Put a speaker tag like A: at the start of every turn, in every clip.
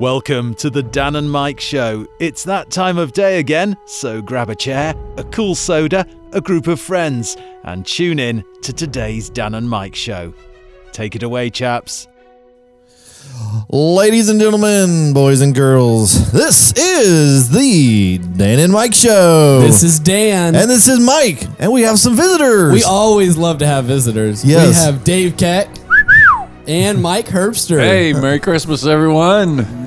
A: Welcome to the Dan and Mike Show. It's that time of day again, so grab a chair, a cool soda, a group of friends, and tune in to today's Dan and Mike Show. Take it away, chaps.
B: Ladies and gentlemen, boys and girls, this is the Dan and Mike Show.
C: This is Dan.
B: and this is Mike, and we have some visitors.
C: we always love to have visitors.
B: Yes.
C: We have Dave Keck and Mike Herbster.
D: Hey, Merry Christmas, everyone.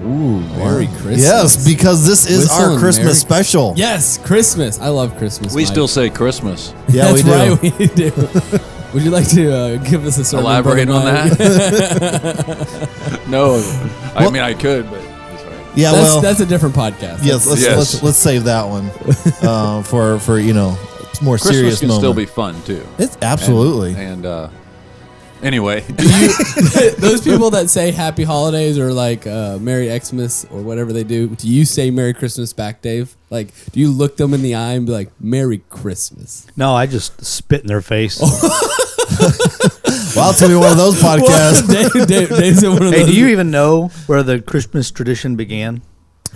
C: Merry Christmas.
B: yes, because this is
C: Whistle
B: our
C: and
B: Christmas
C: Merry-
B: special.
C: Yes, Christmas. I love Christmas.
D: We
C: Mike.
D: still say Christmas.
B: yeah, we
C: That's
B: do.
C: right, we do. Would you like to uh, give us a sermon,
D: Elaborate
C: Brother
D: on
C: Mike?
D: that? no, I mean, I could, but that's all right.
B: Yeah,
C: That's,
B: well,
C: that's a different podcast.
B: yes, let's,
D: Yes.
B: Let's, let's save that one uh, for for you know more
D: Christmas
B: serious
D: can
B: moment.
D: still be fun, too.
B: it's absolutely.
D: And uh, anyway,
C: Those people that say Happy Holidays or like uh, Merry Xmas or whatever they do, do you say Merry Christmas back, Dave? Like, do you look them in the eye and be like, Merry Christmas?
E: No, I just spit in their face.
B: well, I'll tell you one of those podcasts.
C: Dave, Dave, Dave's in one of
E: hey,
C: those
E: do you even know where the Christmas tradition began?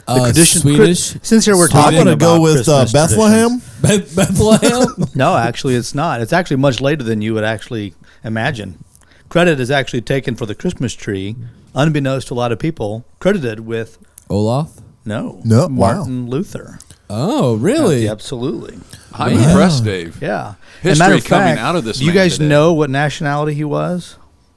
E: The
C: uh,
E: tradition-
C: Swedish?
E: Since here we're
B: I'm
E: talking
B: going to
E: about
B: go with uh,
E: Christmas
B: Bethlehem.
C: Beth- Bethlehem?
E: traditions- No, actually, it's not. It's actually much later than you would actually imagine. Credit is actually taken for the Christmas tree, unbeknownst to a lot of people, credited with
C: Olaf?
E: no,
B: No, wow.
E: Martin Luther.
C: Oh, really?
E: Yeah, absolutely,
D: I'm impressed, Dave.
E: yeah.
D: History
E: And matter of
D: coming
E: fact,
D: out of this
E: Do you
D: man
E: guys
D: today.
E: know what nationality he was?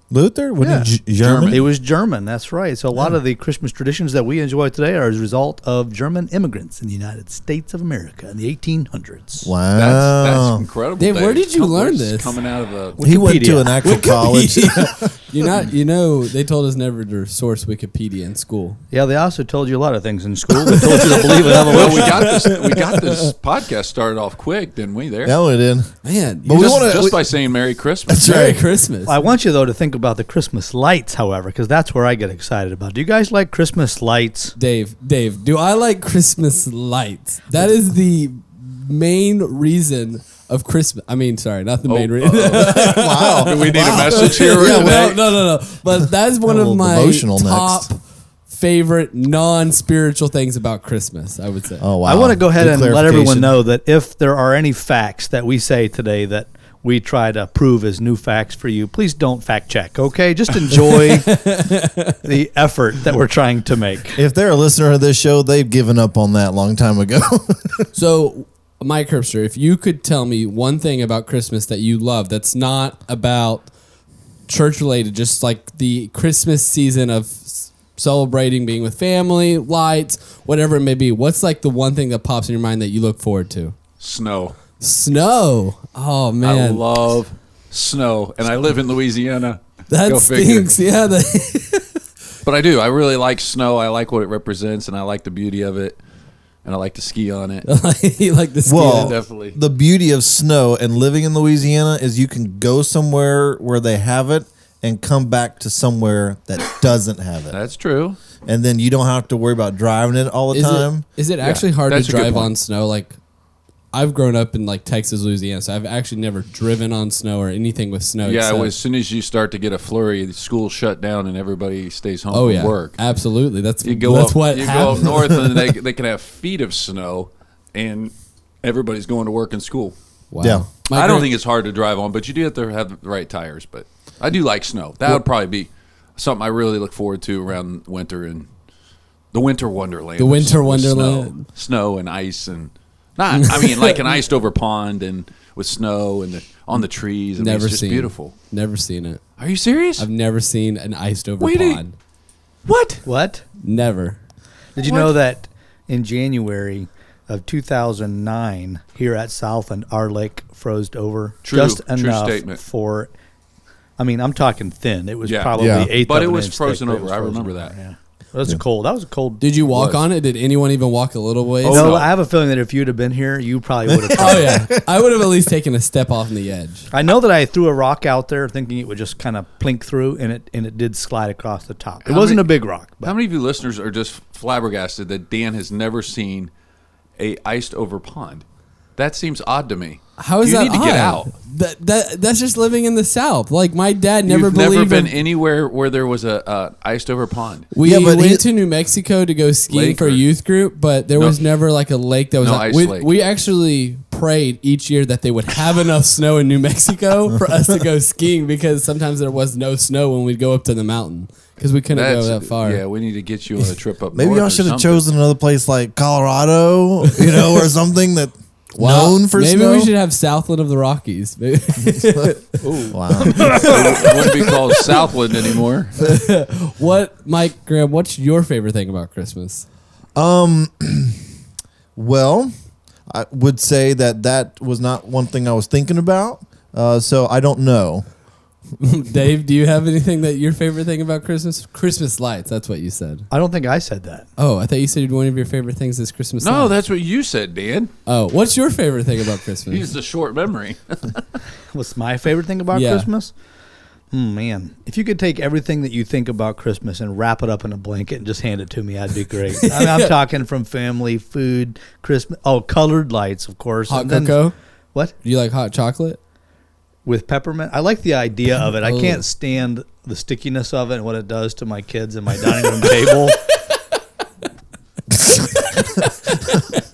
B: Luther? What
E: Yeah.
B: did you, German?
E: It was German. That's right. So a lot of the Christmas traditions that we enjoy today are as a result of German immigrants in the United States of America in the 1800s.
B: Wow.
D: That's,
B: Oh.
D: that's incredible.
C: Dave, where did you
D: Come-
C: learn
D: where's
C: this?
D: Coming out of the.
B: he went to
E: Wikipedia.
B: an actual college.
C: you not you know they told us never to source Wikipedia in school.
E: Yeah, they also told you a lot of things in school. They told you to believe in
D: Well, we
E: evolution.
D: got this. We got this podcast started off quick, didn't we? There,
B: No, it didn't.
C: Man,
B: But
C: you
B: we
C: just-
D: just,
B: wanna-
D: just
B: we-
D: by saying Merry Christmas.
B: That's
C: Merry
B: right.
C: Christmas.
E: I want you though to think about the Christmas lights, however, because that's where I get excited about. Do you guys like Christmas lights?
C: Dave, Dave, do I like Christmas lights? That is the main reason of Christmas. I mean, sorry, not
B: Oh,
C: the main reason.
B: Wow.
D: Do we need a message here?
B: Yeah,
D: today?
C: no, no, no, no. But that is one
B: A
C: of
B: little
C: my
B: devotional
C: top
B: next.
C: favorite non-spiritual things about Christmas. I would say.
B: Oh wow!
E: I want to go ahead
B: Good
E: and let
B: clarification.
E: everyone know that if there are any facts that we say today that we try to prove as new facts for you, please don't fact check, okay? Just enjoy the effort that we're trying to make.
B: if they're a listener of this show, they've given up on that long time ago.
C: So, Mike Herbster, if you could tell me one thing about Christmas that you love that's not about church related, just like the Christmas season of s- celebrating being with family, lights, whatever it may be, what's like the one thing that pops in your mind that you look forward to?
D: Snow.
C: Snow. Oh,
D: I
C: man.
D: love snow, and I live in Louisiana.
C: that
D: Go figure.
C: stinks. Yeah. that-
D: But I do. I really like snow. I like what it represents, and I like the beauty of it, and I like to ski on it.
C: you like the skin.
B: well,
D: definitely.
B: the beauty of snow and living in Louisiana is you can go somewhere where they have it and come back to somewhere that doesn't have it,
D: That's true.
B: and then you don't have to worry about driving it all the
C: is
B: time.
C: It, is it actually hard to
D: that's a good
C: drive
D: point.
C: on snow? Like, I've grown up in like Texas, Louisiana, so I've actually never driven on snow or anything with snow.
D: Yeah.
C: except-
D: well, as soon as you start to get a flurry, the school shut down, and everybody stays home
C: Oh
D: from
C: yeah,
D: work.
C: absolutely. That's
D: You go
C: that's
D: up.
C: what
D: you
C: happens.
D: go up north, and they they can have feet of snow, and everybody's going to work and school.
C: Wow.
B: Yeah.
C: My
D: I don't
C: great-
D: think it's hard to drive on, but you do have to have the right tires. But I do like snow. That would probably be something I really look forward to around winter and the winter wonderland.
C: The winter
D: with snow-
C: wonderland.
D: Snow, and ice and not. I mean, like an iced over pond and with snow and the, on the trees. I mean,
C: never
D: it's just
C: seen
D: beautiful.
C: Never seen it.
D: Are you serious?
C: I've never seen an iced over
D: Wait,
C: pond.
D: what?
E: What?
C: Never.
E: Did you know that in January of 2009, here at Southland, our lake froze over
D: True,
E: just
D: true
E: enough
D: statement.
E: for. I mean, I'm talking thin. It was
D: Yeah.
E: probably
B: Yeah.
E: eighth.
D: But
E: of
D: it
E: an
D: was
E: inch thick,
D: frozen
E: but it
D: over.
E: was
D: I
E: frozen
D: remember
E: over,
D: that.
E: Yeah, that was cold. That was a cold.
C: Did you walk
D: Was.
C: on it? Did anyone even walk a little ways?
E: no,
D: Oh, no.
E: I have a feeling that if you'd have been here, you probably would have.
C: Oh yeah. I would have at least taken a step off the edge.
E: I know that I threw a rock out there, thinking it would just kind of plink through, and it and it did slide across the top. It
D: How
E: wasn't
D: many-
E: a big rock, but
D: How many of you listeners are just flabbergasted that Dan has never seen a iced over pond? That seems odd to me.
C: How is
D: you
C: that
D: need to get
C: odd?
D: out.
C: That, that that's just living in the South. Like my dad never
D: You've
C: believed
D: never been
C: in.
D: anywhere where there was a uh, iced over pond.
C: We
B: Yeah, but
C: went
B: he-
C: to New Mexico to go skiing
D: Lake
C: for a
D: or-
C: youth group, but there
D: No.
C: was never like a lake that was
D: No
C: like
D: ice
C: we,
D: lake.
C: we actually prayed each year that they would have enough snow in New Mexico for us to go skiing because sometimes there was no snow when we'd go up to the mountain because we couldn't
D: That's,
C: go that far.
D: Yeah, we need to get you on a trip up.
B: Maybe
D: north
B: y'all
D: or
B: should have
D: something.
B: chosen another place like Colorado, you know, or something that
C: Wow.
B: known for
C: maybe
B: snow.
C: we should have Southland of the Rockies. Maybe-
B: wow.
D: it wouldn't be called Southland anymore.
C: what, Mike Graham? What's your favorite thing about Christmas?
B: well, I would say that that was not one thing I was thinking about. Uh, so I don't know.
C: Dave, do you have anything that your favorite thing about Christmas? Christmas lights. That's what you said.
E: I don't think I said that.
C: Oh, I thought you said one of your favorite things is Christmas.
D: No,
C: lights.
D: that's what you said, Dan.
C: Oh, what's your favorite thing about Christmas?
D: He's the short memory.
E: What's my favorite thing about
C: Yeah.
E: Christmas? Mm, man, if you could take everything that you think about Christmas and wrap it up in a blanket and just hand it to me, that'd be great. I mean, I'm talking from family, food, Christmas, oh, colored lights, of course.
C: Hot
E: and then-
C: cocoa.
E: What?
C: Do you like hot chocolate?
E: with peppermint. I like the idea of it. I
C: Oh.
E: can't stand the stickiness of it and what it does to my kids and my dining room table.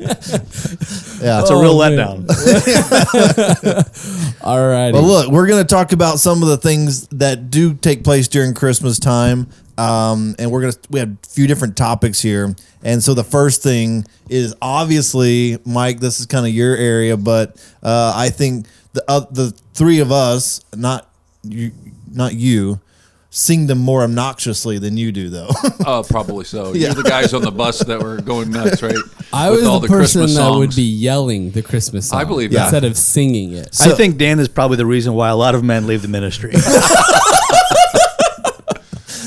B: Yeah.
E: It's a real
C: Oh, man.
E: letdown.
C: All right.
B: But look, we're going to talk about some of the things that do take place during Christmas time. Um, and we're going to, we have a few different topics here. And so the first thing is obviously, Mike, this is kind of your area, but uh, I think the, uh, the three of us, not you, not you, sing them more obnoxiously than you do, though.
D: Oh, probably so. You're the guys on the bus that were going nuts, right?
C: I
D: With
C: was the, person that
D: Christmas
C: would
D: songs.
C: be yelling the Christmas song
D: I believe
B: Yeah.
C: instead of singing it.
E: I think Dan is probably the reason why a lot of men leave the ministry.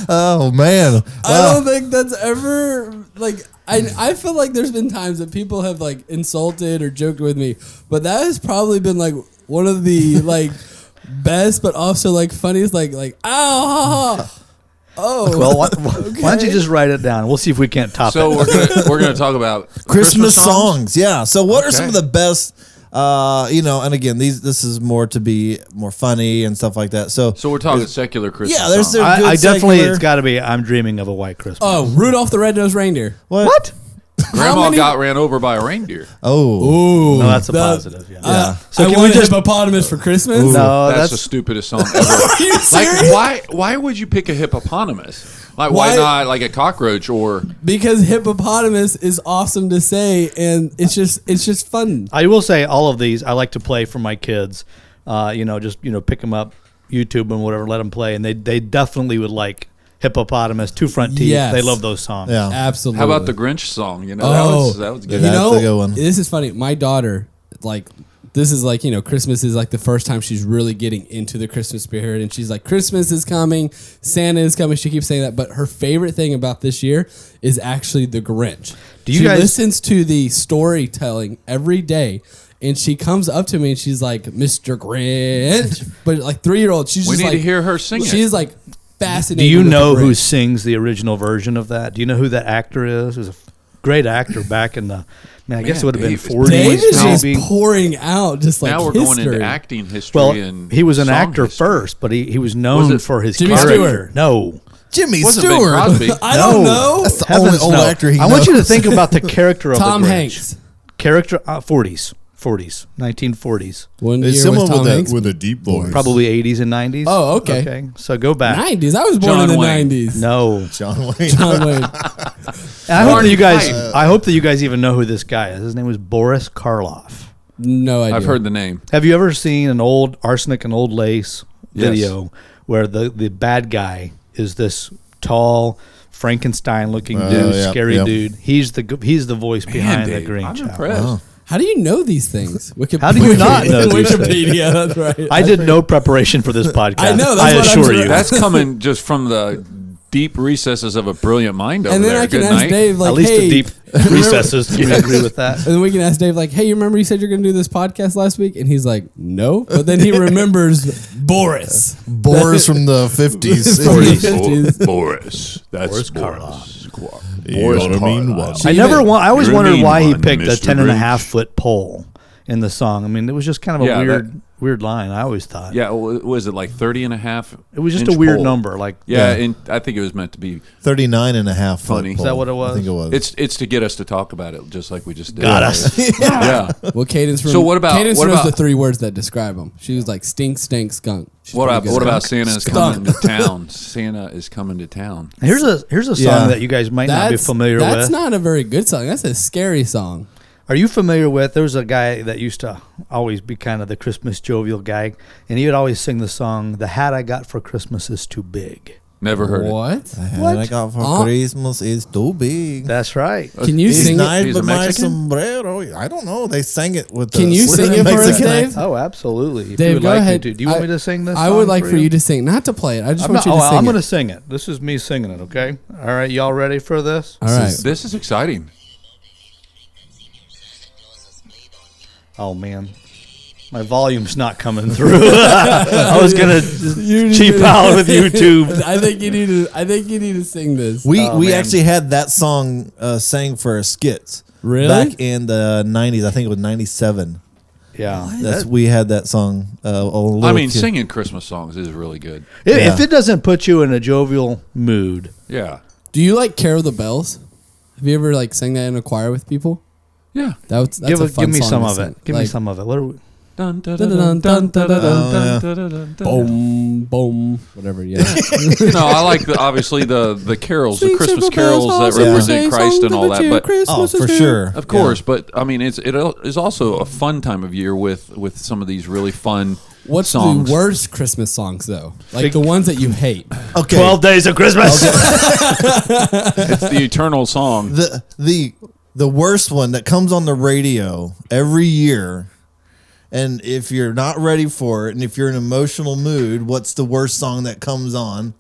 B: oh, man.
C: I don't think that's ever like. I, I feel like there's been times that people have like insulted or joked with me, but that has probably been like one of the like best, but also like funniest. Like like ow, ha, ha. oh,
E: well, why, why- why don't
C: Okay.
E: you just write it down? We'll see if we can't top
D: So
E: it.
D: we're gonna we're gonna talk about
B: Christmas, songs. Yeah. So what are some
D: Okay.
B: of the best? Uh, you know, and again, these this is more to be more funny and stuff like that. So,
D: So we're talking secular Christmas.
B: yeah, there's
D: songs.
B: a
E: I,
B: good
E: I definitely,
B: secular-
E: it's got to be I'm dreaming of a white Christmas.
C: oh Rudolph the Red-Nosed Reindeer.
B: what?
D: Grandma
C: how many-
D: got ran over by a reindeer.
B: Oh,
C: Ooh,
E: no, that's a
C: the-
E: positive. Yeah.
C: Uh,
E: So
C: I
E: can we
C: want a
E: just-
C: hippopotamus for Christmas.
E: no,
D: that's,
E: that's,
D: the stupidest song ever.
C: Are you serious?
D: like why why would you pick a hippopotamus? Like why,
C: Why-
D: not like a cockroach or
C: because hippopotamus is awesome to say, and it's just it's just fun.
E: I will say all of these I like to play for my kids. Uh, you know, just you know, pick them up, YouTube and whatever, let them play, and they they definitely would like hippopotamus, two front teeth.
C: Yes.
E: They love those songs.
B: yeah.
C: Absolutely.
D: how about the Grinch song? You know
C: Oh,
D: that was that was good.
C: You
B: That's
C: know,
B: a good one.
C: this is funny. My daughter, like, this is like you know, Christmas is like the first time she's really getting into the Christmas spirit, and she's like, Christmas is coming, Santa is coming. She keeps saying that, but her favorite thing about this year is actually the Grinch.
E: Do you
C: she
E: guys-
C: listens to the storytelling every day? And she comes up to me and she's like, "Mr. Grinch," but like three year old, she's
D: We
C: just
D: need to
C: like-
D: hear her sing it.
C: She's like
E: Do
C: fascinated.
E: you
C: with the
E: know who
C: Grinch.
E: sings the original version of that? Do you know who that actor is? Who's a f- great actor back in the man? I guess it would have been
D: Dave is-
C: Dave
E: forties
C: is just
E: maybe.
C: pouring out just like
D: now we're
C: history.
D: going into acting history
E: Well,
D: and
E: he was an
D: song
E: actor
D: history.
E: first, but he, he was known
D: it
E: for his
C: Jimmy
E: character.
C: Stewart?
E: No,
B: Jimmy
D: Wasn't Bing
B: Stewart.
D: Crosby.
C: I don't know.
B: That's the
E: Heavens
B: only old
E: no.
B: actor he
E: I want you to
B: knows.
E: think about the character of
C: Tom
E: the Grinch.
C: Hanks.
E: Character uh, 40s, 40s, 1940s,
C: One
B: It's
C: year was
B: someone
C: Tom
B: with
C: Hanks.
B: a, with a deep voice.
E: probably 80s and 90s.
C: Oh, okay.
E: Okay, so go back.
C: Nineties. I was born
D: John
C: in the
D: Wayne.
C: nineties.
E: No,
B: John Wayne.
C: John Wayne.
E: And I hope that
D: Barney
E: you guys.
D: Fife.
E: I hope that you guys even know who this guy is. His name was Boris Karloff.
C: No idea.
D: I've heard the name.
E: Have you ever seen an old arsenic and old lace
D: Yes.
E: video where the the bad guy is this tall Frankenstein looking
B: Oh,
E: dude,
B: yeah,
E: scary
B: yeah.
E: dude? He's the g- he's the voice
D: Man,
E: behind
D: Dave,
E: the
D: I'm
E: Grinch.
D: impressed.
E: Oh.
C: How do you know these things? Wikipedia.
E: How do you not know these things?
C: Wikipedia? That's right.
E: I did no preparation for this podcast.
C: I know, that's
E: I
C: what I'm
E: assure
C: sure-
E: you.
D: That's coming just from the deep recesses of a brilliant mind over
C: and then
D: there.
C: I can
D: Good
C: ask
D: night.
C: Dave like,
E: At least
C: hey,
E: the deep
C: remember-
E: recesses. You agree with that?
C: And then we can ask Dave like, hey, you remember you said you're going to do this podcast last week? And he's like, no. But then he remembers Boris.
B: Boris from the fifties.
C: From the-
D: Boris. Boris. That's Boris
E: Karloff.
D: Boris Karloff.
E: I
C: Even-
E: never. Wa- I always
D: You're a
E: wondered
D: mean
E: why he
D: one,
E: picked a
D: Mr.
E: ten and a
D: Grinch.
E: half foot pole. in the song. I mean, it was just kind of a
D: Yeah, that-
E: weird, weird line. I always thought.
D: Yeah, well, was it like 30 and a half?
E: It was just
D: inch
E: a weird
D: pole?
E: number. Like,
D: Yeah,
B: Yeah.
D: and I think it was meant to be.
B: 39 and a half. foot
D: Funny. Is
B: pole.
E: that what it was?
B: I think it was.
D: It's it's to get us to talk about it, just like we just did.
E: Got us.
D: yeah.
C: Well, Cadence.
D: So what about-
C: Cadence
D: what
C: knows
D: about-
C: the three words that describe him. She was like stink, stink, skunk. She's
D: What
C: pretty
D: about
C: good.
D: what about Santa is coming
C: Skunk.
D: to town? Santa is coming to town.
E: Here's a here's a song
B: Yeah.
E: that you guys might not be
C: That's
E: familiar
C: That's
E: with.
C: not a very good song. That's a scary song.
E: Are you familiar with? There was a guy that used to always be kind of the Christmas jovial guy, and he would always sing the song "The Hat I Got for Christmas Is Too Big."
D: Never heard it.
C: What?
B: And
E: What?
B: I got for
C: Huh?
B: Christmas is too big.
E: That's right.
C: Can you
B: It's
C: sing it?
B: nice,
D: Oh, He's a
B: but my
D: Mexican?
B: sombrero. I don't know. They sang it with.
C: Can
B: the
C: you
B: with
C: sing
B: the
C: it for us,
B: Mexican
C: Dave?
B: accent.
E: Oh, absolutely. If you
C: Dave,
E: would
C: go
E: like
C: ahead.
E: me to, do you want
C: I-
E: me to sing this?
C: I
E: song
C: would like for you to sing, not to play it. I just
E: I'm,
C: want
E: not,
C: you to
E: oh,
C: sing
E: I'm going
C: it.
E: to sing it. This is me singing it. Okay. All right. Y'all ready for this?
C: All right.
D: This is exciting.
E: Oh man, my volume's not coming through. I was gonna
C: You need
E: cheap
C: to-
E: out with YouTube.
C: I think you need to. I think you need to sing this.
B: We
E: Oh,
B: we
E: man.
B: actually had that song uh, sang for our skits.
C: Really?
B: Back in the '90s, I think it was '97.
E: Yeah.
B: That's we had that song. Uh, oh,
D: I
B: little
D: mean,
B: kid.
D: singing Christmas songs is really good.
E: If,
B: Yeah.
E: if it doesn't put you in a jovial mood,
D: Yeah.
C: Do you like "Care of the Bells"? Have you ever like sang that in a choir with people?
D: Yeah.
C: That was, that's
E: give,
C: a
E: it-
C: fun
E: give me
C: song
E: some
C: to
E: of
C: sing.
E: it. Give me
C: Like,
E: some of it. What are we-
D: Dun, dun, dun, dun,
C: Dun-dun-dun,
D: dun, dun, dun,
B: dun,
D: dun, dun, dun, dun.
C: Boom, boom, whatever. Yeah.
D: You know, I like the, obviously the the carols, the Christmas carols that represent Christ and all that. But
B: Oh, for sure.
D: Of course, but I mean, it's it al- is also a fun time of year with with some of these really fun
C: What's
D: songs.
C: the worst Christmas songs though? Like the ones that you hate.
B: Okay.
E: Twelve days of Christmas.
D: It's the eternal song.
B: the the the worst one that comes on the radio every year and if you're not ready for it and if you're in an emotional mood what's the worst song that comes on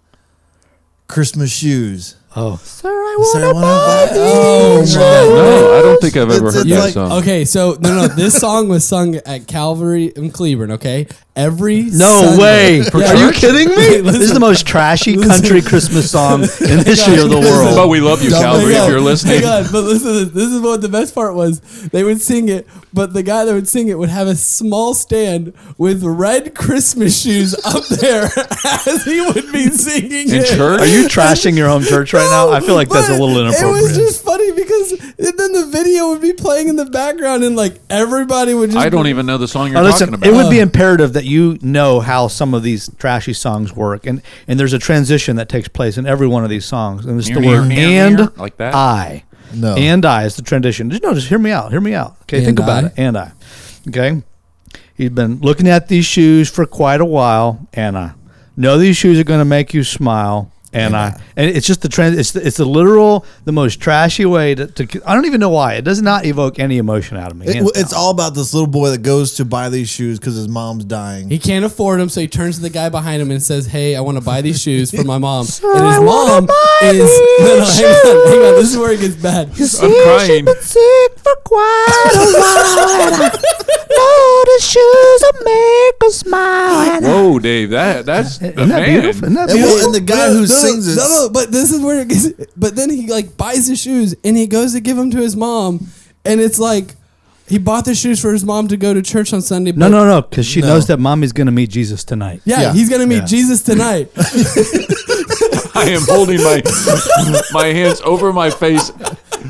B: christmas shoes
E: Oh,
B: Say, "I wanna buy Oh, you."
D: No, I don't think I've ever
B: It's-
D: heard
B: it's
D: that
B: like-
D: song.
C: Okay, so no, no, this song was sung at Calvary in Cleburne. Okay, every
E: no
C: Sunday.
E: way! Are you
C: church?
E: kidding me?
C: Wait,
E: this is the
C: listen.
E: most trashy
C: Listen.
E: country Christmas song in the history of the world.
D: But we love you,
C: Dumb-
D: Calvary,
C: Oh Hang
D: if
C: on,
D: you're listening.
C: Hang on, but listen, to this. this is what the best part was. They would sing it, but the guy that would sing it would have a small stand with red Christmas shoes up there as he would be singing
D: In
C: it.
D: church?
E: Are you trashing your home church right now? I feel like that's a
C: But
E: little inappropriate.
C: It was just funny because and then the video would be playing in the background and like everybody would just
D: I don't
C: be-
D: even know the song you're
E: Now,
D: talking
E: listen,
D: about.
E: it would be imperative that you know how some of these trashy songs work, and and there's a transition that takes place in every one of these songs, and it's the
D: Near,
E: word
D: near, near,
E: and
D: near, like that?
E: I,
B: No.
E: and I is the transition. Just- No, just hear me out. Hear me out. Okay,
C: And
E: think about
C: I.
E: it. And I, okay, he's been looking at these shoes for quite a while, and I know these shoes are going to make you smile. And I, and it's just the trans. It's the, it's the literal, the most trashy way to, to. I don't even know why it does not evoke any emotion out of me.
B: It-
E: hands
B: it's all about this little boy that goes to buy these shoes because his mom's dying
C: He can't afford them, so he turns to the guy behind him and says, "Hey, I want to buy these shoes for my mom." and his mom is no, no, hang on, hang on. This is where it gets bad.
D: I'm crying.
F: sick for quite a while. Know the shoes will make us smile. And
D: Whoa, Doave, that that's
E: down.
D: a
E: Isn't that
D: man.
E: beautiful? Isn't that
B: and,
E: beautiful?
B: well, and the guy who sings it
C: No, no, but this is where it gets. But then he like buys the shoes and he goes to give them to his mom, and it's like he bought the shoes for his mom to go to church on Sunday.
E: No,
C: but-
E: no, no, because she knows that mommy's going to meet Jesus tonight.
C: Yeah,
B: Yeah.
C: he's gonna meet
E: Yeah.
C: Jesus tonight.
D: I am holding my my hands over my face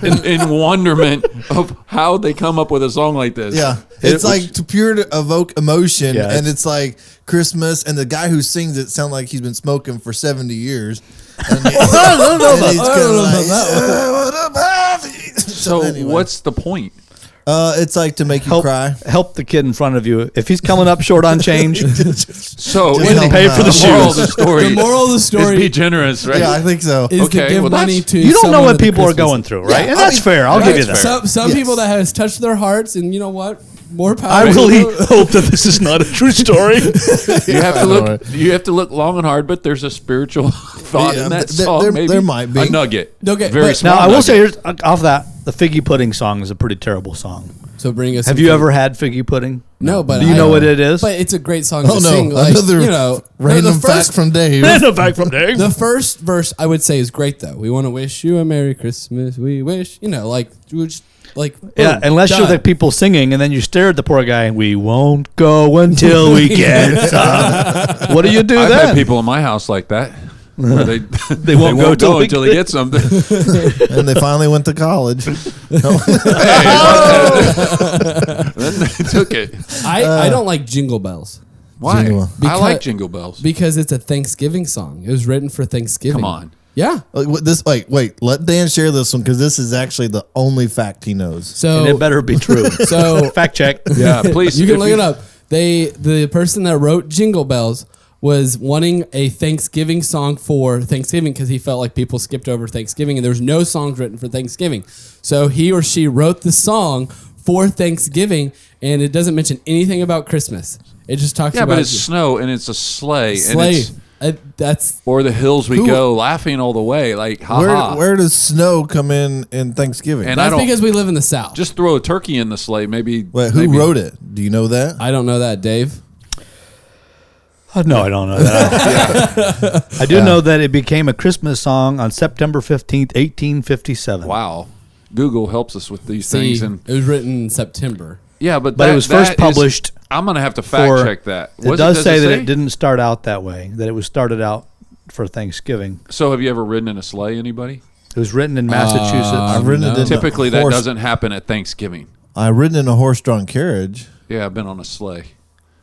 D: in, in wonderment of how they come up with a song like this.
B: Yeah,
D: It
B: it's
D: was-
B: like to pure to evoke emotion,
E: Yeah,
B: and
E: it's-
B: it's like Christmas, and the guy who sings it sound like he's been smoking for seventy years. And he- and he's
C: I don't know about
B: kinda like,
D: So
B: anyway.
D: what's the point?
B: Uh, it's like to make you
E: Help,
B: cry.
E: help the kid in front of you. If he's coming up short on change,
D: So
B: Just help
E: pay
B: him
E: for
B: out.
E: the
D: the moral of
E: shoes.
D: the story.
C: the moral of the story
D: is be generous, right?
B: Yeah, I think so.
C: is
D: Okay,
C: to give
D: well, that's-
C: money to.
E: you don't know
C: someone
E: what
C: at the
E: people are
C: Christmas-
E: going through, right?
B: Yeah,
E: and
B: I
E: that's
B: mean,
E: fair. I'll give you that.
D: that's
C: Some some
B: Yes.
C: people that has touched their hearts, and you know what? More power.
E: I
C: to
E: really
C: them.
E: hope that this is not a true story.
D: You have to look. You have to look long and hard, but there's a spiritual thought
B: Yeah,
D: in that
B: th- there-
D: song.
B: there-
D: maybe
B: there might be.
D: a nugget.
C: Okay,
D: very
C: but-
D: small.
E: now, I will
D: nugget.
E: say, here's, off that, the figgy pudding song is a pretty terrible song.
C: So bring us.
E: Have
C: some
E: you
C: food.
E: ever had figgy pudding?
C: No, but
E: do you
C: I-
E: know what it is?
C: But it's a great song
B: Oh
C: to
B: no,
C: sing. Like,
B: another
C: you know,
B: random
C: the
B: fact
C: first,
B: from Dave.
E: back from day.
C: The first verse I would say is great though. We want to wish you a Merry Christmas. We wish, you know, like you would just Like
E: Yeah,
C: boom,
E: unless you're the
C: done.
E: people singing, and then you stare at the poor guy. and We won't go until we get some. What do you do
D: I've
E: then?
D: had people in my house like that. Where they, they
E: won't go till
D: go
E: we
D: until they get something.
B: and they finally went to college.
D: then they took it.
C: I,
E: uh,
C: I don't like jingle bells
D: Why?
B: Jingle.
D: I like
C: Because-
D: jingle bells.
C: because it's a Thanksgiving song. It was written for Thanksgiving.
D: Come on.
C: Yeah.
B: Like, what- this, wait, wait. Let Dan share this one because this is actually the only fact he knows.
E: And
C: So
E: it better be true.
C: so
E: Fact check.
D: Yeah, please.
C: you can
D: if
C: look it up. They the person that wrote Jingle Bells was wanting a Thanksgiving song for Thanksgiving because he felt like people skipped over Thanksgiving and there was no songs written for Thanksgiving. So he or she wrote the song for Thanksgiving and it doesn't mention anything about Christmas. It just talks
D: Yeah,
C: about
D: but it's snow and it's a sleigh, and
C: sleigh.
D: it's
C: Uh, that's
D: or the hills we
C: Who-
D: go, laughing all the way, like ha
B: Where,
D: ha.
B: where does snow come in in Thanksgiving?
D: and I
C: that's
D: don't
C: because we live in the South.
D: just throw a turkey in the sleigh. Maybe.
B: wait, who
D: maybe-
B: wrote it? Do you know that?
C: I don't know that, Dave.
E: Uh, No, I don't know that. I do know that it became a Christmas song on September 15th, 1857.
D: Wow. Google helps us with these
C: See,
D: things, and
C: it was written in September.
D: yeah, but
E: But it
D: that-
E: was
D: that
E: first
D: is-
E: published
D: I'm gonna have to fact
E: For-
D: check that.
E: It
D: Was
E: does say that it didn't start out that way, that it was started out for Thanksgiving.
D: So, have you ever ridden in a sleigh? Anybody?
E: It was written in Massachusetts.
B: I've ridden
E: Uh,
B: it in
D: Typically,
B: a
D: that
B: horse,
D: doesn't happen at Thanksgiving.
B: I've ridden in a horse-drawn carriage.
D: Yeah, I've been on a sleigh.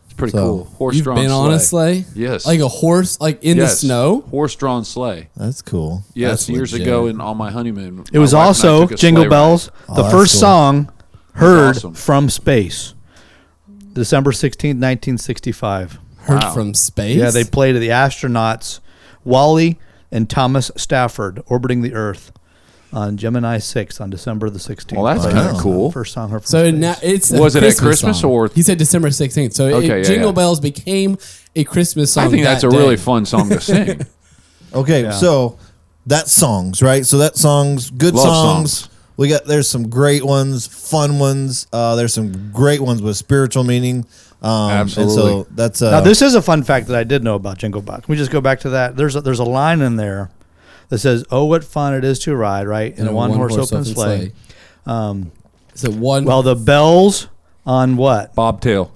D: It's pretty
B: So-
D: cool. Horse
C: You've
D: drawn
C: been
D: sleigh.
C: on a sleigh?
D: Yes.
C: Like a horse, like in
D: Yes.
C: the snow?
D: Horse drawn sleigh.
B: That's cool.
D: Yes,
B: That's
D: years
B: legit.
D: ago, in on my honeymoon,
E: it was also Jingle Bells, the
B: Oh, that's
E: first
B: cool.
E: song heard
D: awesome.
E: from space. December 16th, 1965.
C: Heard
D: Wow.
C: from space?
E: Yeah, they played to the astronauts Wally and Thomas Stafford orbiting the Earth on Gemini 6 on December the 16th.
D: Well, that's kind
B: Wow.
D: of cool.
E: First song heard from
C: So
E: space.
C: now it's
D: Was
C: a
D: it at Christmas
C: song.
D: or-
C: he said December sixteenth? So it,
D: Okay, yeah,
C: Jingle
D: yeah.
C: Bells became a Christmas song.
D: I think
C: that
D: that's a really
C: day.
D: fun song to sing.
B: Okay, so that songs, right? So that songs, good
D: Love
B: songs.
D: songs.
B: We got there's some great ones, fun ones. Uh, there's some great ones with spiritual meaning. Um, And so
D: Absolutely.
B: that's uh,
E: Now, this is a fun fact that I did know about Jingle Box. Can we just go back to that? There's a, there's a line in there that says, "Oh, what fun it is to ride right in a one, horse, open sleigh." Um,
C: So one.
E: Well, the bells on what
D: Bobtail.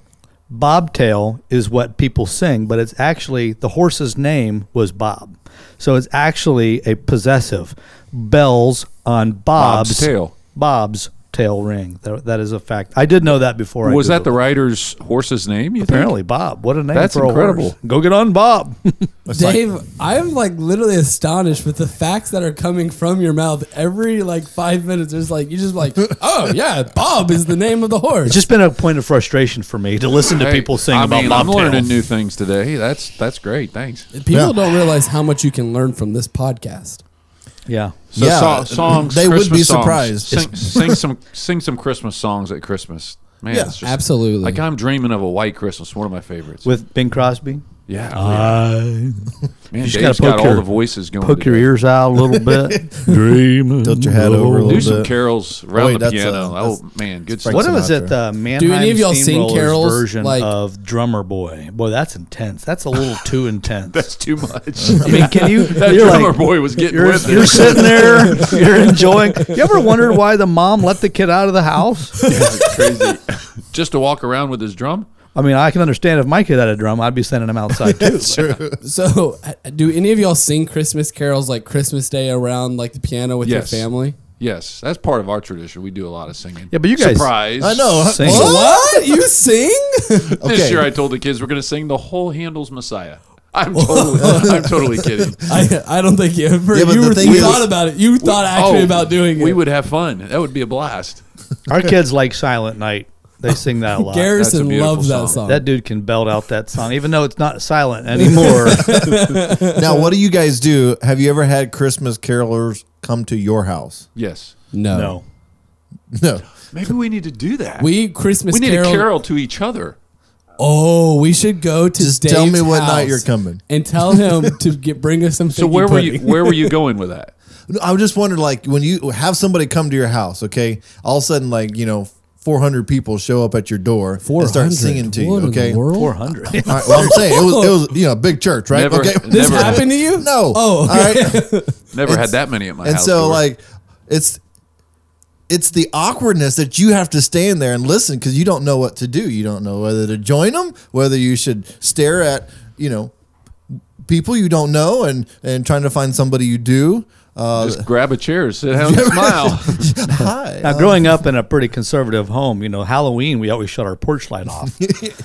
E: bobtail is what people sing, but it's actually the horse's name was Bob, so it's actually a possessive. Bells on Bob's,
D: Bob's tail.
E: Bob's tail ring. That, that is a fact. I did know that before.
D: was
E: I
D: that the
E: Googled it.
D: rider's horse's name? You think?
E: apparently Bob? What a name!
D: That's
E: for a
D: incredible.
E: Horse. Go get on Bob.
B: it's like-
C: Dave, I'm like literally astonished with the facts that are coming from your mouth every like five minutes. There's like you just like, oh yeah, Bob is the name of the horse.
E: It's just been a point of frustration for me to listen to
D: Hey,
E: people sing
D: I
E: about
D: mean, I'm
E: bobtail.
D: learning new things today. That's that's great. Thanks.
C: People don't realize how much you can learn from this podcast.
E: yeah.
D: So
B: Yeah,
D: so- songs.
B: they would
D: Christmas
B: be
D: songs.
B: surprised.
D: Sing, sing some sing some Christmas songs at Christmas. Man,
B: Yeah,
D: it's just,
C: absolutely.
D: Like I'm dreaming of a white Christmas. One of my favorites.
E: With Bing Crosby.
D: yeah, oh, yeah. man,
E: just
D: Dave's
E: gotta poke
D: got all
E: your-
D: the voices going.
E: Poke your
D: today.
E: ears out a little bit. Dream.
B: Tilt your head over a little
D: Do some
B: bit.
D: carols around
B: wait,
D: the
B: that's, uh,
D: piano.
B: that's-
D: oh man,
B: Frank
D: good stuff.
E: What
B: Sinatra.
E: was it? The Mannheim
C: of y'all sing
E: Steamrollers
C: carols?
E: version
C: Like-
E: of Drummer Boy. Boy, that's intense. That's a little too intense.
D: That's too much.
E: I mean, can you?
D: that
E: you're
D: drummer
E: like-
D: boy was getting
E: You're,
D: with
E: you're
D: it.
E: sitting there, you're enjoying. You ever wondered why the mom let the kid out of the house?
D: Crazy. Just to walk around with his drum.
E: I mean, I can understand if my kid had a drum, I'd be sending him outside too.
C: So, uh, do any of y'all sing Christmas carols like Christmas Day around like the piano with
D: Yes.
C: your family?
D: Yes, that's part of our tradition. We do a lot of singing.
E: Yeah, but you guys-
D: surprise.
B: I know. huh?
E: Sing.
B: What?
C: What? You sing?
B: Okay.
D: This year, I told the kids we're going to sing the whole Handel's Messiah. I'm totally, I'm totally kidding.
C: I, I don't think you ever
B: Yeah, but
C: you
B: the
C: were,
B: thing
C: you
B: is-
C: thought about it. You thought actually
D: Oh,
C: about doing
D: We
C: it.
D: would have fun. That would be a blast.
E: Our kids like Silent Night. They sing that a lot.
D: That's a
C: Garrison
D: beautiful
C: loves that
D: song.
C: song.
E: That dude can belt out that song, even though it's not silent anymore.
B: Now, what do you guys do? Have you ever had Christmas carolers come to your house?
D: Yes.
C: no.
E: no.
B: No.
D: Maybe we need to do that.
C: We Christmas
D: we need
C: carol.
D: a carol to each other.
C: Oh, we should go to
B: Just
C: Dave's
B: tell me what
C: house
B: night you're coming.
C: and tell him to get bring us some.
D: So where were you? Where were you going with that?
B: No, I just wondered, like, when you have somebody come to your house, okay, all of a sudden, like, you know, 400 people show up at your door and start singing to you, okay? All
C: Four hundred.
E: 400.
B: right, well, I'm saying it was, it was, you know, a big church, right?
D: Never-
B: okay.
C: This
D: Never-
C: happened to you?
B: No.
C: Oh,
B: All right.
D: Never had that many at my
B: And
D: house.
B: so,
D: before.
B: like, it's it's the awkwardness that you have to stand there and listen because you don't know what to do. You don't know whether to join them, whether you should stare at, you know, people you don't know and and trying to find somebody you do. Uh,
D: Just grab a chair, sit down, and smile.
B: hi.
E: Now, growing up in a pretty conservative home, you know, Halloween, we always shut our porch light off.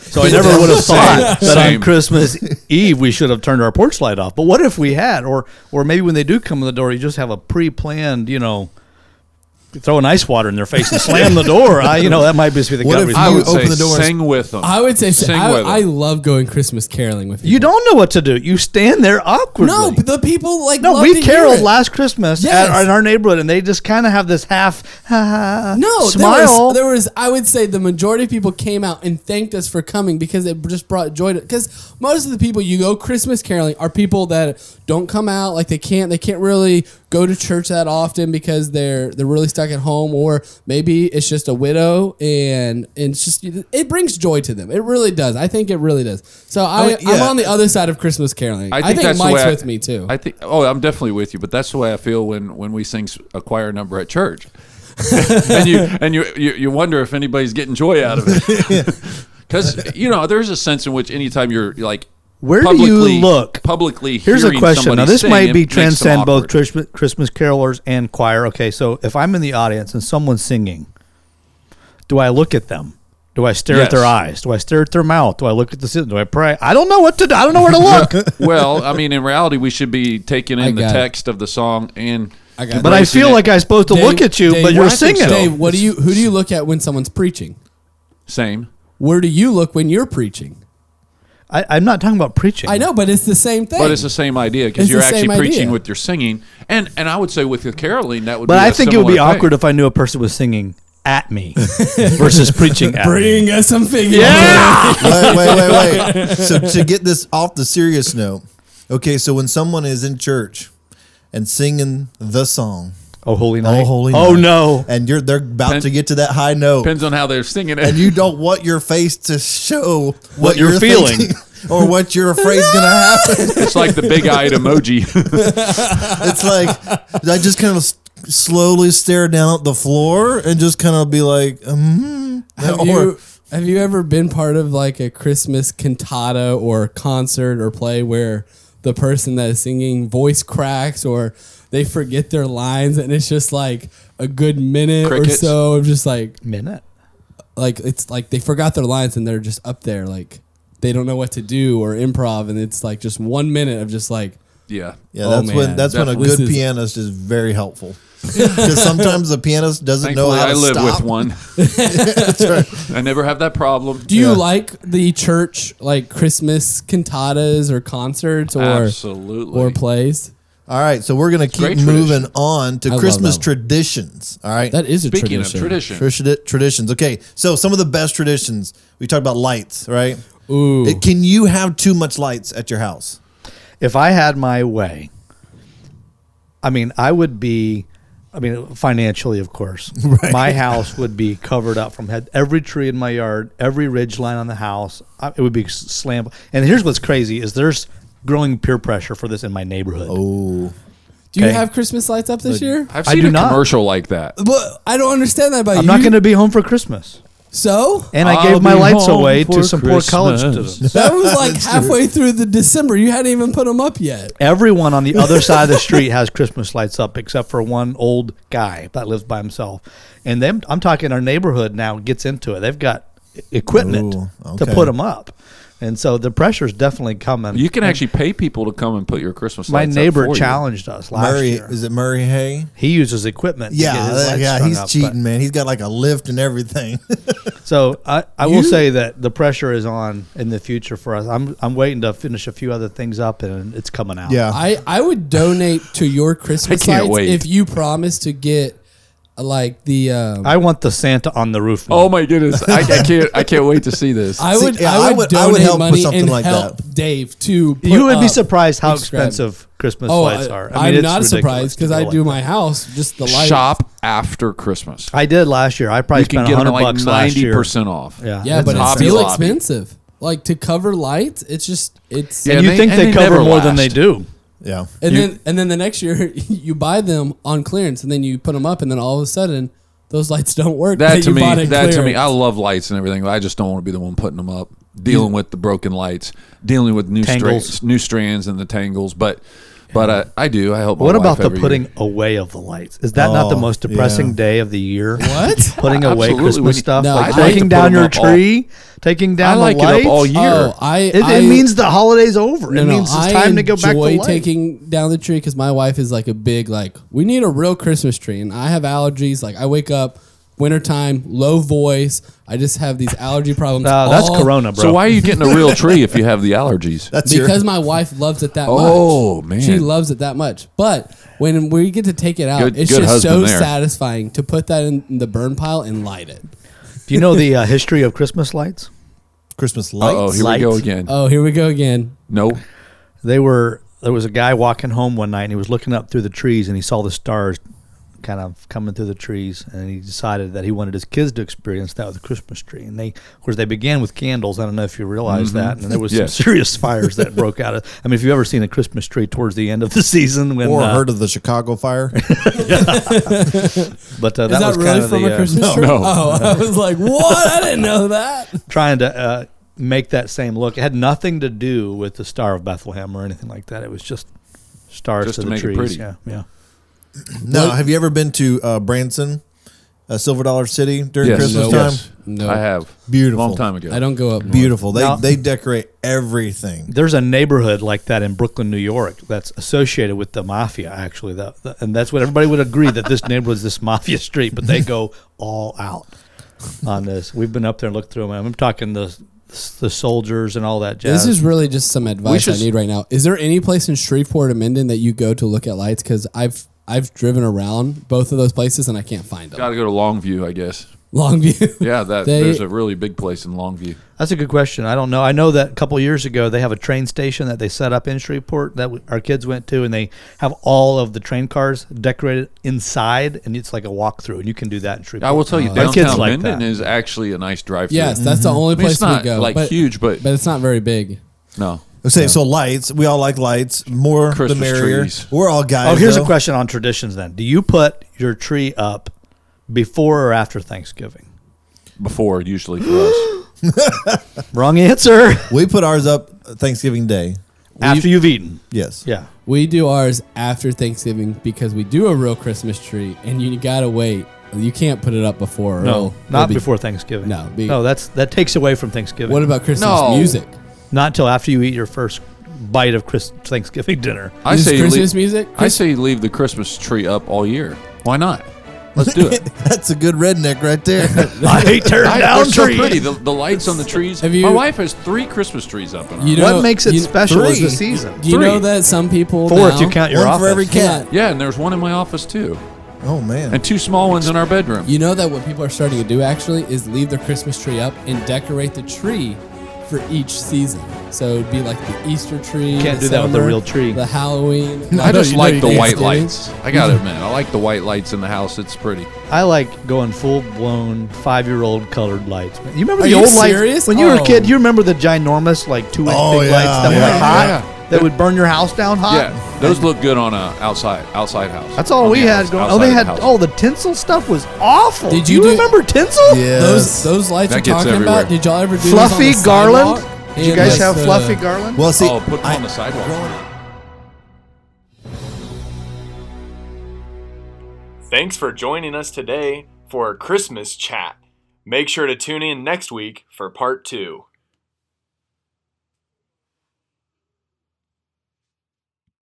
E: So I never would have thought that
D: Same.
E: on Christmas Eve we should have turned our porch light off. But what if we had? Or, or maybe when they do come in the door, you just have a pre planned, you know, throw an ice water in their face and slam the door. I, you know, that might just be the
B: What
E: gut
B: if
D: I
E: reason.
B: you-
D: would
B: open
D: say
B: the door and-
D: sing with them.
C: I would say
D: sing
C: I,
D: with them.
C: I love going Christmas caroling with people.
E: You don't know what to do. You stand there awkwardly.
C: No, but the people like
E: No,
C: love to
E: we
C: hear
E: caroled
C: it.
E: last Christmas
C: Yes.
E: at, in our neighborhood, and they just kind of have this half ha, ha,
C: No, There
E: smile.
C: was, there was. I would say the majority of people came out and thanked us for coming because it just brought joy to. Because most of the people you go Christmas caroling are people that don't come out, like they can't. They can't really go to church that often because they're they're really stuck at home, or maybe it's just a widow, and and it's just it brings joy to them. It really does. I think it really does. So I,
E: Oh,
B: mean,
C: I'm
B: yeah.
C: on the other side of Christmas caroling. I think,
D: that's the
C: Mike's
D: way I-
C: with me too.
D: I think. Oh, I'm definitely with you. But that's the way I feel when when we sing s- a choir number at church, and you and you, you you wonder if anybody's getting joy out of it, because you know there's a sense in which anytime you're like.
E: Where do you
D: publicly-
E: look?
D: Publicly,
E: Here's a
D: hearing
E: question.
D: somebody
E: Now, this
D: sing,
E: might
D: it
E: be
D: makes them
E: transcend both
D: awkward.
E: Christmas, Christmas carolers and choir. Okay, so if I'm in the audience and someone's singing, do I look at them? Do I stare at their
D: Yes.
E: eyes? Do I stare at their mouth? Do I look at the ceiling? Do I pray? I don't know what to do. I don't know where to look.
D: well, I mean, in reality, we should be taking in
C: I
D: the
C: got it.
D: text of the song and.
C: I got it.
E: but I feel like I'm supposed to
C: Dave-
E: look at you,
C: Dave,
E: but
C: well,
E: you're
C: I
D: think
E: singing.
D: so.
C: Dave, what do you? Who do you look at when someone's preaching?
D: same.
C: Where do you look when you're preaching?
E: I, I'm not talking about preaching.
C: I know, but it's the same thing.
D: But it's the same idea because
C: It's
D: you're
C: the same
D: actually preaching
C: idea.
D: with your singing, and and I would say with your caroling that would.
E: But
D: be
E: I
D: a
E: think it would be
D: similar thing.
E: awkward if I knew a person was singing at me versus preaching at me.
C: Bring us some figures.
B: wait, wait, wait, wait. So to get this off the serious note, okay. So when someone is in church and singing the song,
E: Oh, holy night.
B: "Oh holy,"
E: Oh,
B: night,
E: no.
B: and you're they're about to get to that high note,
D: Depends on how they're singing it.
B: and you don't want your face to show what,
E: you're feeling.
B: thinking or what you're afraid is gonna happen.
D: it's like the big eyed emoji.
B: It's like I just kind of s- slowly stare down at the floor and just kind of be like, mm
C: Have you have you ever been part of like a Christmas cantata or concert or play where the person that is singing voice cracks or they forget their lines and it's just like a good minute or
D: Crickets.
C: so of just like
E: Minute.
C: like it's like they forgot their lines and they're just up there like they don't know what to do or improv and it's like just one minute of just like
D: yeah.
B: Yeah,
C: Oh,
B: that's when
C: man,
B: that's when a
C: definitely.
B: good
C: This is-
B: pianist is very helpful. Because sometimes the pianist doesn't
D: Thankfully,
B: know how to
D: I live
B: stop.
D: with one. I never have that problem.
C: Do you like the church like Christmas cantatas or concerts or
D: Absolutely.
C: or plays?
B: All right, so we're gonna keep
D: great
B: moving on to
C: love
B: Christmas
C: that one.
B: traditions. All right,
C: That is a
D: Speaking
C: tradition.
D: of tradition,
B: Tradi- traditions. Okay, so some of the best traditions we talked about lights, right?
C: Ooh.
B: It- can you have too much lights at your house?
E: if I had my way, I mean, I would be, I mean, financially, of course, my house would be covered up from head. Every tree in my yard, every ridge line on the house, I, it would be s- slam. And here's what's crazy: is there's growing peer pressure for this in my neighborhood. Oh,
C: Do you
E: Okay.
C: have Christmas lights up this year?
D: I've
E: I
D: seen
E: do
D: a
E: not.
D: commercial like that.
C: Well, I don't understand that about
E: I'm
C: you.
E: not going to be home for Christmas,
C: So
E: and I
D: I'll
E: gave my
D: be
E: lights
D: home
E: away to
D: for
E: some poor college
D: Christmas.
E: students.
C: that was like halfway through the December. You hadn't even put them up yet.
E: Everyone on the other side of the street has Christmas lights up, except for one old guy that lives by himself. And them, I'm talking our neighborhood now gets into it. They've got e- equipment
B: Ooh,
E: to
B: okay.
E: put them up, and so the pressure's definitely coming.
D: You can actually pay people to come and put your Christmas
E: My
D: lights up for
E: neighbor
D: you.
E: challenged us last
B: Murray,
E: year.
B: is it Murray Hay?
E: He uses equipment. to get
B: Yeah,
E: his
B: that-
E: lights
B: yeah,
E: strung
B: he's
E: up, but-
B: cheating, man. He's got like a lift and everything.
E: So I, I will say that the pressure is on in the future for us. I'm I'm waiting to finish a few other things up, and it's coming out.
B: yeah,
C: I, I would donate to your Christmas
D: I can't
C: lights
D: wait.
C: if you promise to get uh, like the. Um, I,
E: I want the Santa on the roof.
D: Oh my goodness! I, I can't. I can't wait to see this.
B: See,
C: would,
B: yeah,
C: I, would
B: I would- I
C: donate
B: would help with
C: money
B: something
C: and
B: like
C: help
B: that.
C: Dave to. put
E: you would be
C: up
E: subscribed how
C: Instagram.
E: expensive Christmas
C: Oh,
E: lights
C: I,
E: are.
C: I am
E: it's
C: not
E: ridiculous
C: surprised because
E: to
C: I
E: go
C: do
E: like
C: my house just the lights.
D: Shop after Christmas.
E: that. I did last year. I probably
D: You can
E: spent
D: get them
E: hundred
D: like
E: bucks last
D: ninety
E: year.
D: percent off.
E: Yeah,
C: Yeah, but it's
D: Hobby
C: still
D: Lobby.
C: expensive. Like to cover lights, it's just it's.
D: Yeah,
E: And you
D: they-
E: think
D: and
E: they,
D: they
E: cover
D: never
E: more than they
D: last.
E: do?
B: yeah.
C: And then and then the next year you buy them on clearance and then you put them up and then all of a sudden those lights don't work.
D: That, to
C: you
D: me,
C: bought at
D: that to me, I
C: clearance.
D: love lights and everything. But I just don't want to be the one putting them up, dealing with the broken lights, dealing with new
E: Tangles.
D: strands, new strands and the tangles. But, but uh, I do. I help. my
E: What
D: wife
E: about the
D: every year.
E: putting away of the lights? Is that not the
B: Oh,
E: most depressing
B: yeah.
E: day of the year?
C: What?
E: Putting away
D: Absolutely. When
E: Christmas
D: you-
E: stuff,
C: No,
E: like
C: I like to
E: taking
D: put
E: down
D: them
E: your
D: up all-
E: tree, taking down
D: I like
E: the
D: it up
E: lights.
D: all year.
C: Oh, I,
E: It, it
C: I,
E: means the holiday's over.
C: No,
E: it
C: no,
E: means it's
C: I
E: time to go back to
C: enjoy
E: life.
C: taking down the tree because my wife is like a big like we need a real Christmas tree, and I have allergies. Like I wake up wintertime, low voice. I just have these allergy problems.
E: No, Uh, that's
C: all-
E: Corona, bro.
D: So why are you getting a real tree if you have the allergies?
B: That's your,
C: Because my wife loves it that much.
D: Oh, man.
C: she loves it that much. But when we get to take it out,
D: Good-
C: it's
D: good
C: just so
D: husband there.
C: satisfying to put that in the burn pile and light it.
E: Do you know the uh, history of Christmas lights?
B: Christmas lights.
D: Oh, here we go
E: lights.
D: again.
C: Oh, here we go again.
D: no,
E: They were there was a guy walking home one night and he was looking up through the trees and he saw the stars kind of coming through the trees and he decided that he wanted his kids to experience that with a Christmas tree. And they of course they began with candles. I don't know if you realize that. And there was
D: Yes.
E: some serious fires that broke out. of- I mean if you've ever seen a Christmas tree towards the end of the season when
B: or
E: uh,
B: heard of the Chicago fire?
E: but uh,
C: Is
E: that,
C: that,
E: was
C: really
E: kind of
C: from
E: the,
C: a
E: uh,
C: Christmas tree? Oh, I was like, what? I didn't know that.
E: trying to uh, make that same look. It had nothing to do with the Star of Bethlehem or anything like that. It was just stars
D: Just
E: to,
D: to
E: the
D: make it
E: trees.
D: pretty.
E: Yeah, yeah.
B: no. Have you ever been to uh, Branson, uh, Silver Dollar City during
D: yes,
B: Christmas
D: no,
B: time?
D: yes.
C: No.
D: I have
B: Beautiful.
D: long time ago.
C: I don't go up. north.
B: Beautiful. They
E: Now-
B: they decorate everything.
E: There's a neighborhood like that in Brooklyn, New York, that's associated with the mafia. Actually, that, that- and that's what everybody would agree that this neighborhood is this mafia street, but they go all out on this. We've been up there and looked through them. I'm talking the the soldiers and all that jazz.
C: This is really just some advice
D: should-
C: I need right now. Is there any place in Shreveport or Minden that you go to look at lights? Because I've I've driven around both of those places and I can't find them.
D: Got to go to Longview, I guess.
C: Longview.
D: Yeah, that
C: They-
D: there's a really big place in Longview.
E: That's a good question. I don't know. I know that a couple of years ago they have a train station that they set up in Shreveport that w- our kids went to, and they have all of the train cars decorated inside, and it's like a walkthrough, and you can do that in Shreveport.
D: I will tell
C: Uh,
D: you,
E: My kids
D: downtown
E: like
D: Minden
E: that.
D: is actually a nice drive-through.
C: Yes, that's the only
D: Mm-hmm. I mean,
C: place
D: it's not
C: we go.
D: like
C: but,
D: huge, but,
C: but it's not very big.
D: no.
B: Say so lights. We all like lights. More
D: Christmas
B: the merrier.
D: trees.
B: We're all guys.
E: Oh, here's
B: though.
E: a question on traditions. Then, do you put your tree up before or after Thanksgiving?
D: Before usually for us,
E: Wrong answer.
B: We put ours up Thanksgiving Day.
E: after you've eaten.
B: Yes.
E: Yeah.
C: We do ours after Thanksgiving because we do a real Christmas tree, and you gotta wait. You can't put it up before. or
E: No,
C: it'll-
E: not
C: it'll be-
E: before Thanksgiving.
C: No, be-
E: no, that's that takes away from Thanksgiving.
C: What about Christmas
D: No.
C: music?
E: not till after you eat your first bite of Chris Thanksgiving dinner?
D: I
C: Is
D: say you
C: Christmas
D: leave,
C: music?
D: I
C: Chris-
D: say you leave the Christmas tree up all year. Why not? Let's do it.
B: That's a good redneck right there.
E: I hate tearing
D: I,
E: down
D: they're so
E: trees.
D: pretty. The, the lights on the trees.
C: Have you-
D: My wife has three Christmas trees up in her.
C: You
D: house.
C: know-
E: what makes it
C: you-
E: special is the
B: three.
E: season.
C: Do you
D: Three.
C: know that some people
E: Four if
C: now-
E: you count your
B: One
E: office.
B: for every
C: Hang
B: cat.
C: on.
D: yeah, and there's one in my office too,
B: Oh man.
D: and two small ones in our bedroom.
C: You know that what people are starting to do actually is leave their Christmas tree up and decorate the tree for each season. So it'd be like the Easter tree.
E: Can't
C: the
E: do that with a
C: summer,
E: real tree.
C: The Halloween.
D: I just like the white
C: Thanksgiving.
D: lights. I gotta admit, I like the white lights in the house. It's pretty.
E: I like going full blown five year old colored lights. You remember
C: Are
E: the
C: you
E: old
C: serious?
E: lights when you were
C: Oh.
E: a kid? You remember the ginormous like two inch
B: Oh,
E: big
B: yeah,
E: lights that
B: yeah,
E: were like, hot
D: yeah.
E: that would burn your house down hot.
D: Yeah, those look good on a outside outside house.
E: Uh, That's all
D: On
E: we
D: the
E: had
D: house,
E: going. Oh,
D: outside
E: they
D: of the
E: had.
D: house.
E: oh, the tinsel stuff was awful.
C: Did
E: Do
C: you
E: you,
C: do-
E: remember tinsel?
B: Yeah.
C: Those those lights
D: That
C: you're
D: gets
C: talking
D: everywhere.
C: about. Did y'all ever do those on the
E: Fluffy garland.
C: sidewalk?
E: Did you
C: And
E: guys
C: with,
E: have
C: uh,
E: fluffy garland?
B: Well, see,
D: oh, put them
B: I-
D: on the sidewalk.
G: Thanks for joining us today for our Christmas chat. Make sure to tune in next week for part two.